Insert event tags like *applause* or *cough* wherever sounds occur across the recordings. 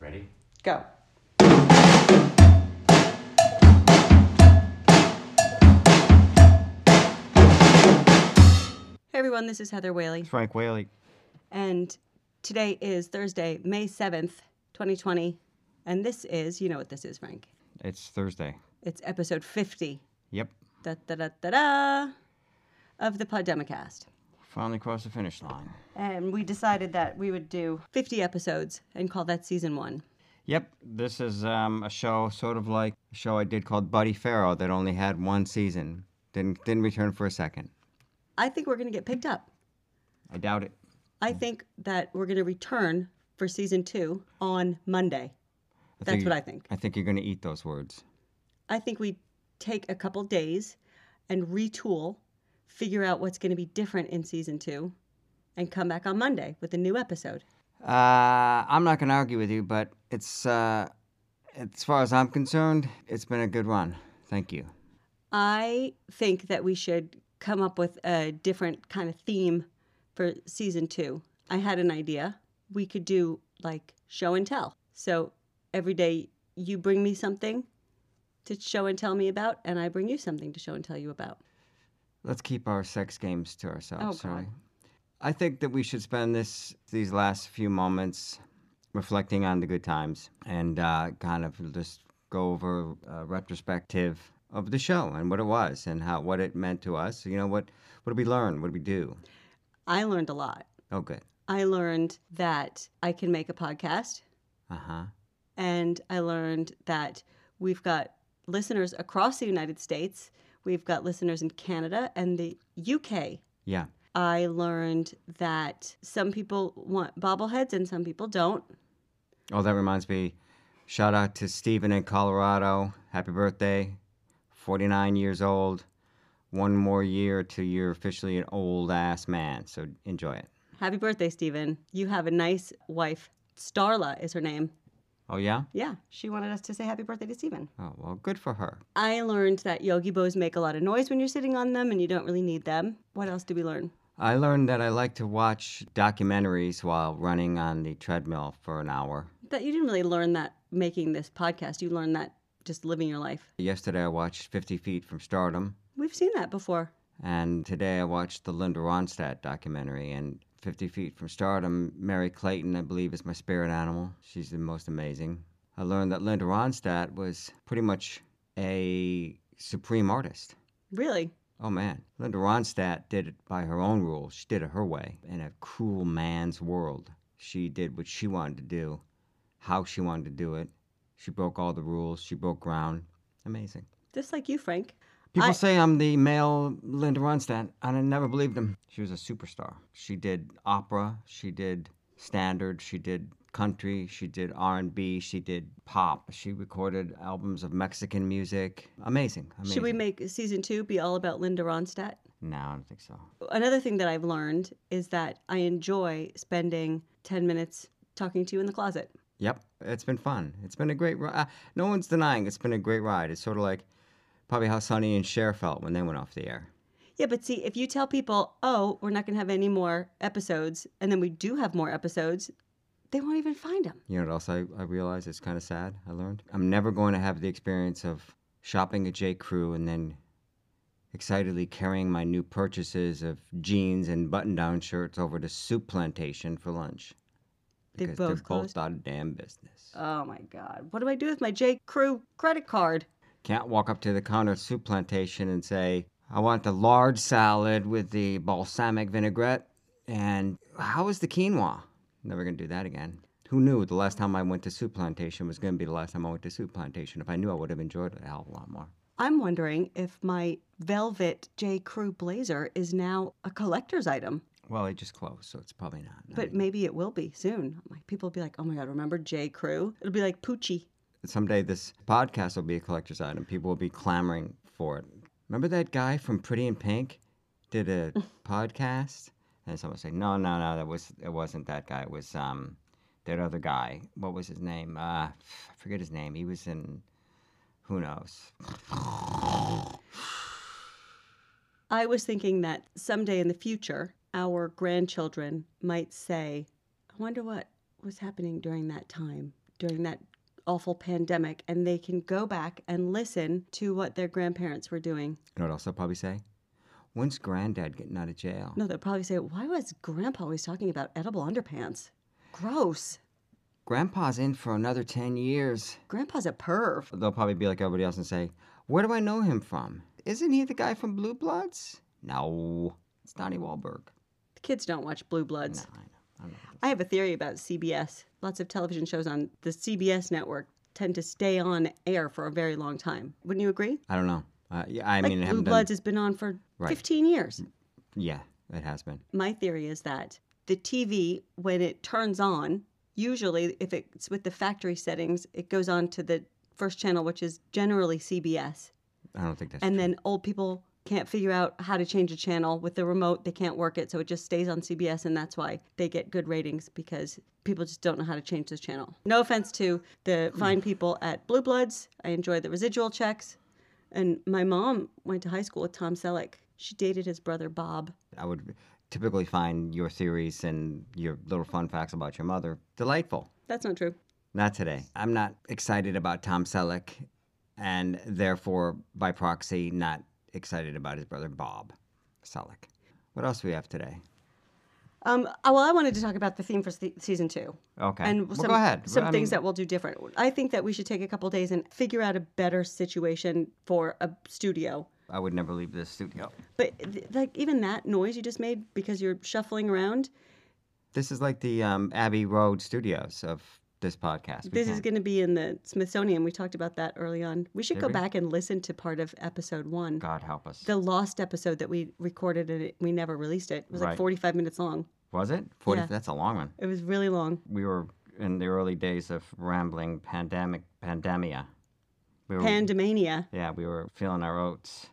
Ready? Go. Hey everyone, this is Heather Whaley, Frank Whaley. and today is Thursday, May 7th, 2020. And this is, you know what this is, Frank. It's Thursday. It's episode 50 Yep. da, da, da, da, da, of the Podemicast. Finally crossed the finish line. And we decided that we would do 50 episodes and call that season one. Yep. This is um, a show sort of like a show I did called Buddy Farrow that only had one season. Didn't didn't return for a second. I think we're going to get picked up. I doubt it. I think that we're going to return for season two on Monday. That's you- what I think. I think you're gonna eat those words. I think we take a couple days and retool, figure out what's going to be different in season two, and come back on Monday with a new episode. Uh, I'm not gonna argue with you, but it's uh, as far as I'm concerned, it's been a good run. Thank you. I think that we should come up with a different kind of theme for season two. I had an idea. We could do like show and tell. So every day you bring me something to show and tell me about, and I bring you something to show and tell you about. Let's keep our sex games to ourselves. Oh, God. shall we? I think that we should spend this these last few moments reflecting on the good times and uh, kind of just go over a retrospective of the show and what it was and how what it meant to us. You know what what did we learn? What did we do? I learned a lot. Oh, good. I learned that I can make a podcast, Uh huh. and I learned that we've got listeners across the United States, we've got listeners in Canada and the UK. Yeah. I learned that some people want bobbleheads and some people don't. Oh, that reminds me. Shout out to Steven in Colorado. Happy birthday. 49 years old. One more year till you're officially an old ass man. So enjoy it. Happy birthday, Stephen. You have a nice wife. Starla is her name. Oh, yeah? Yeah, she wanted us to say happy birthday to Stephen. Oh, well, good for her. I learned that Yogi Bos make a lot of noise when you're sitting on them and you don't really need them. What else did we learn? I learned that I like to watch documentaries while running on the treadmill for an hour. That you didn't really learn that making this podcast. You learned that just living your life. Yesterday, I watched 50 Feet from Stardom, We've seen that before. and today, I watched the Linda Ronstadt documentary. And 50 Feet from Stardom, Mary Clayton, I believe, is my spirit animal. She's the most amazing. I learned that Linda Ronstadt was pretty much a supreme artist. Really? Oh man, Linda Ronstadt did it by her own rules. She did it her way in a cruel man's world. She did what she wanted to do, how she wanted to do it. She broke all the rules. She broke ground. Amazing. Just like you, Frank. People I- say I'm the male Linda Ronstadt, and I never believed them. She was a superstar. She did opera. She did standard. She did country. She did R&B. She did pop. She recorded albums of Mexican music. Amazing. Amazing. Should we make season two be all about Linda Ronstadt? No, I don't think so. Another thing that I've learned is that I enjoy spending 10 minutes talking to you in the closet. Yep, it's been fun. It's been a great ride. No one's denying it's been a great ride. It's sort of like probably how Sonny and Cher felt when they went off the air. Yeah, but see, if you tell people, oh, we're not going to have any more episodes, and then we do have more episodes, they won't even find them. You know what else I, I realized? It's kind of sad. I learned I'm never going to have the experience of shopping at J. Crew and then excitedly carrying my new purchases of jeans and button-down shirts over to Soup Plantation for lunch They because both they're both closed? out of damn business. Oh my God. What do I do with my J. Crew credit card? Can't walk up to the counter at Soup Plantation and say, I want the large salad with the balsamic vinaigrette. And how is the quinoa? Never going to do that again. Who knew the last time I went to Soup Plantation was going to be the last time I went to Soup Plantation? If I knew, I would have enjoyed it a hell of a lot more. I'm wondering if my velvet J. Crew blazer is now a collector's item, Well, it just closed, so it's probably not. I but mean, maybe it will be soon. Like people will be like, "Oh my God, remember J. Crew?" It'll be like Poochie. someday this podcast will be a collector's item. People will be clamoring for it. Remember that guy from Pretty in Pink did a podcast, and someone said, "No, no, no, that was it wasn't that guy. It was um that other guy. What was his name? Uh, I forget his name. He was in who knows. I was thinking that someday in the future, our grandchildren might say, "I wonder what was happening during that time during that awful pandemic and they can go back and listen to what their grandparents were doing. You know what else I'll probably say? When's granddad getting out of jail? No, they'll probably say, Why was grandpa always talking about edible underpants? Gross. Grandpa's in for another 10 years. Grandpa's a perv. They'll probably be like everybody else and say, Where do I know him from? Isn't he the guy from Blue Bloods? No, it's Donnie Wahlberg. The kids don't watch Blue Bloods. No, I know. I don't know. I have a theory about CBS. Lots of television shows on the CBS network tend to stay on air for a very long time. Wouldn't you agree? I don't know. Uh, yeah, I Like mean, I Blue haven't Bloods has been on for Right. 15 years. done. Yeah, it has been. My theory is that the TV, when it turns on, usually if it's with the factory settings, it goes on to the first channel, which is generally CBS. I don't think that's And then old people can't figure out how to change a channel with the remote. They can't work it, so it just stays on CBS, and that's why they get good ratings because people just don't know how to change the channel. No offense to the fine people at Blue Bloods. I enjoy the residual checks. And my mom went to high school with Tom Selleck. She dated his brother Bob. I would typically find your theories and your little fun facts about your mother delightful. That's not true. Not today. I'm not excited about Tom Selleck, and therefore, by proxy, not excited about his brother Bob Selleck. What else do we have today? Um, oh, well, I wanted to talk about the theme for se- season two. Okay. And well, some, go ahead. some I things mean, that we'll do different. I think that we should take a couple days and figure out a better situation for a studio I would never leave this studio. But th- like even that noise you just made because you're shuffling around, This is like the um, Abbey Road studios of this podcast. We this is can't- going to be in the Smithsonian. We talked about that early on. We should Did go we? back and listen to part of episode one, God help us. the lost episode that we recorded and it, we never released it. It was like Right. 45 minutes long. Was it? 40, Yeah. That's a long one. It was really long. We were in the early days of rambling pandemic pandemia. We were, Pandemania. Yeah, we were feeling our oats.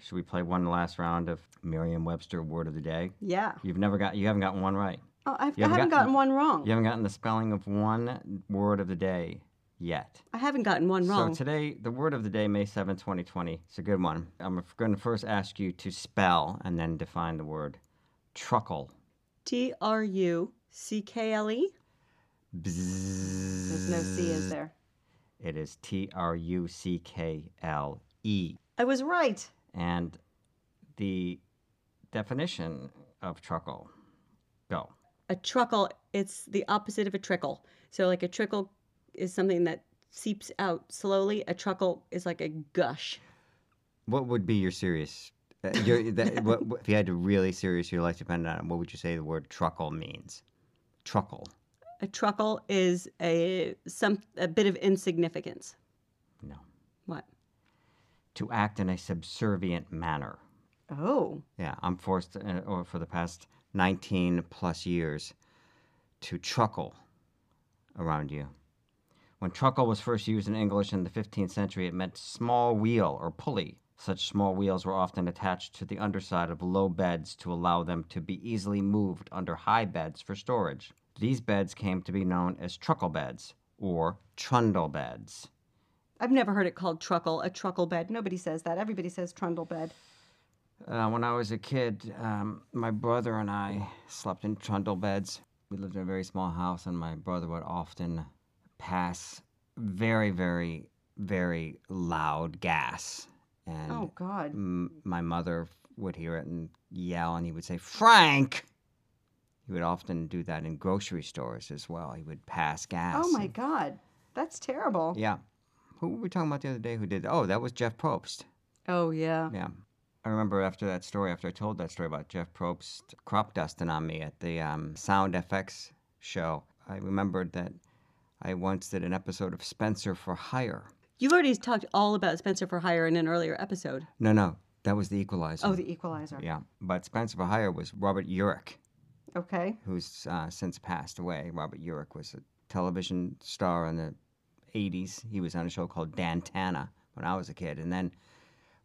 Should we play one last round of Merriam-Webster Word of the Day? Yeah. You've never got. You haven't gotten one right. Oh, I've, You I haven't haven't got- gotten one wrong. You haven't gotten the spelling of one word of the day yet. I haven't gotten one wrong. So today, the word of the day, May 7, 2020, it's a good one. I'm going to first ask you to spell and then define the word truckle. T R U C K L E. Bzzz. There's no C, is there? It is T R U C K L E. I was right. And the definition of truckle. Go. a truckle it's the opposite of a trickle so like a trickle is something that seeps out slowly a truckle is like a gush What would be your serious? Uh, your, *laughs* that, what, what- if you had to really serious your life depended on it, what would you say the word truckle means? Truckle. a truckle is a some a bit of insignificance No. what To act in a subservient manner. oh Yeah, I'm forced, uh, or for the past 19 plus years, to truckle around you. When truckle was first used in English in the 15th century, it meant small wheel or pulley. Such small wheels were often attached to the underside of low beds to allow them to be easily moved under high beds for storage. These beds came to be known as truckle beds or trundle beds. i've never heard it called truckle a truckle bed nobody says that everybody says trundle bed Uh, when I was a kid, um, my brother and I slept in trundle beds. We lived in a very small house, and my brother would often pass very, very, very loud gas. And Oh, god m- my mother would hear it and yell, and he would say, Frank! He would often do that in grocery stores as well. He would pass gas. Oh and- god that's terrible Yeah. Who were we talking about the other day who did that? Oh, that was Jeff Probst. oh yeah Yeah. I remember after that story, after I told that story about Jeff Probst crop dusting on me at the um, Sound FX show, I remembered that I once did an episode of Spencer for Hire. you've already talked all about spencer for hire in an earlier episode No, no, that was the equalizer. oh the equalizer Yeah. But Spencer for Hire was Robert Urich, okay who's uh, since passed away. Robert Urich was a television star in the 80s. He was on a show called Dantana when I was a kid. And then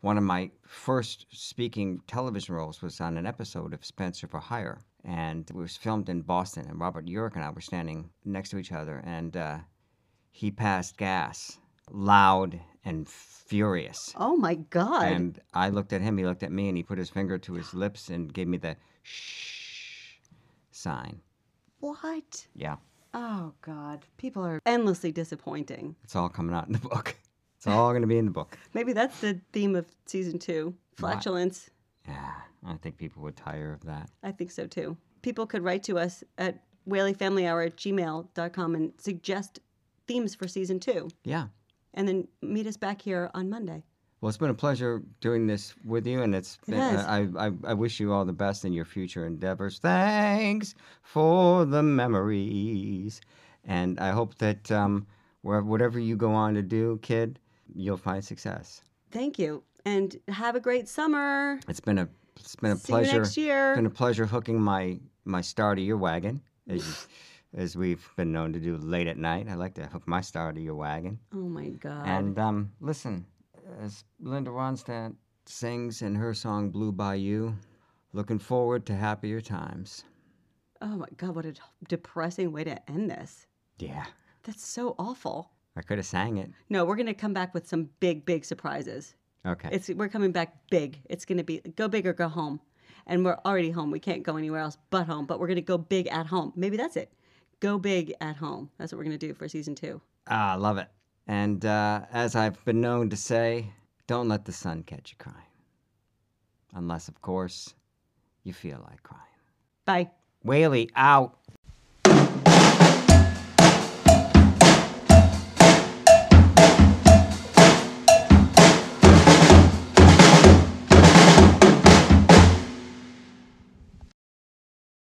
one of my first speaking television roles was on an episode of Spencer for Hire, and it was filmed in Boston. And Robert Urich and I were standing next to each other, and uh, he passed gas, loud and furious. oh my god And I looked at him, he looked at me, and he put his finger to his lips and gave me the shh sign. what Yeah. Oh, God. People are endlessly disappointing. It's all coming out in the book. *laughs* It's all going to be in the book. Maybe that's the theme of season two flatulence. Yeah, I think people would tire of that. I think so too. People could write to us at whaleyfamilyhour at gmail.com and suggest themes for season two. Yeah. And then meet us back here on Monday. Well, it's been a pleasure doing this with you, and it's It been, has. I, I, I wish you all the best in your future endeavors. Thanks for the memories, and I hope that um, where, whatever you go on to do, kid, you'll find success. Thank you. And have a great summer. It's been a it's been a See pleasure. you next year. It's been a pleasure hooking my my star to your wagon, as you- as we've been known to do late at night. I like to hook my star to your wagon. oh, my God. And um, listen, as Linda Ronstadt sings in her song "Blue Bayou," looking forward to happier times. oh, my God. What a depressing way to end this. Yeah, That's so awful. I could have sang it. No, we're going to come back with some big, big surprises. Okay. It's we're coming back big. It's going to be go big or go home. And we're already home. We can't go anywhere else but home, but we're going to go big at home. Maybe that's it. Go big at home. That's what we're going to do for season 2. ah, I love it. And uh, as I've been known to say, don't let the sun catch you crying, unless, of course, you feel like crying. Bye. Whaley out.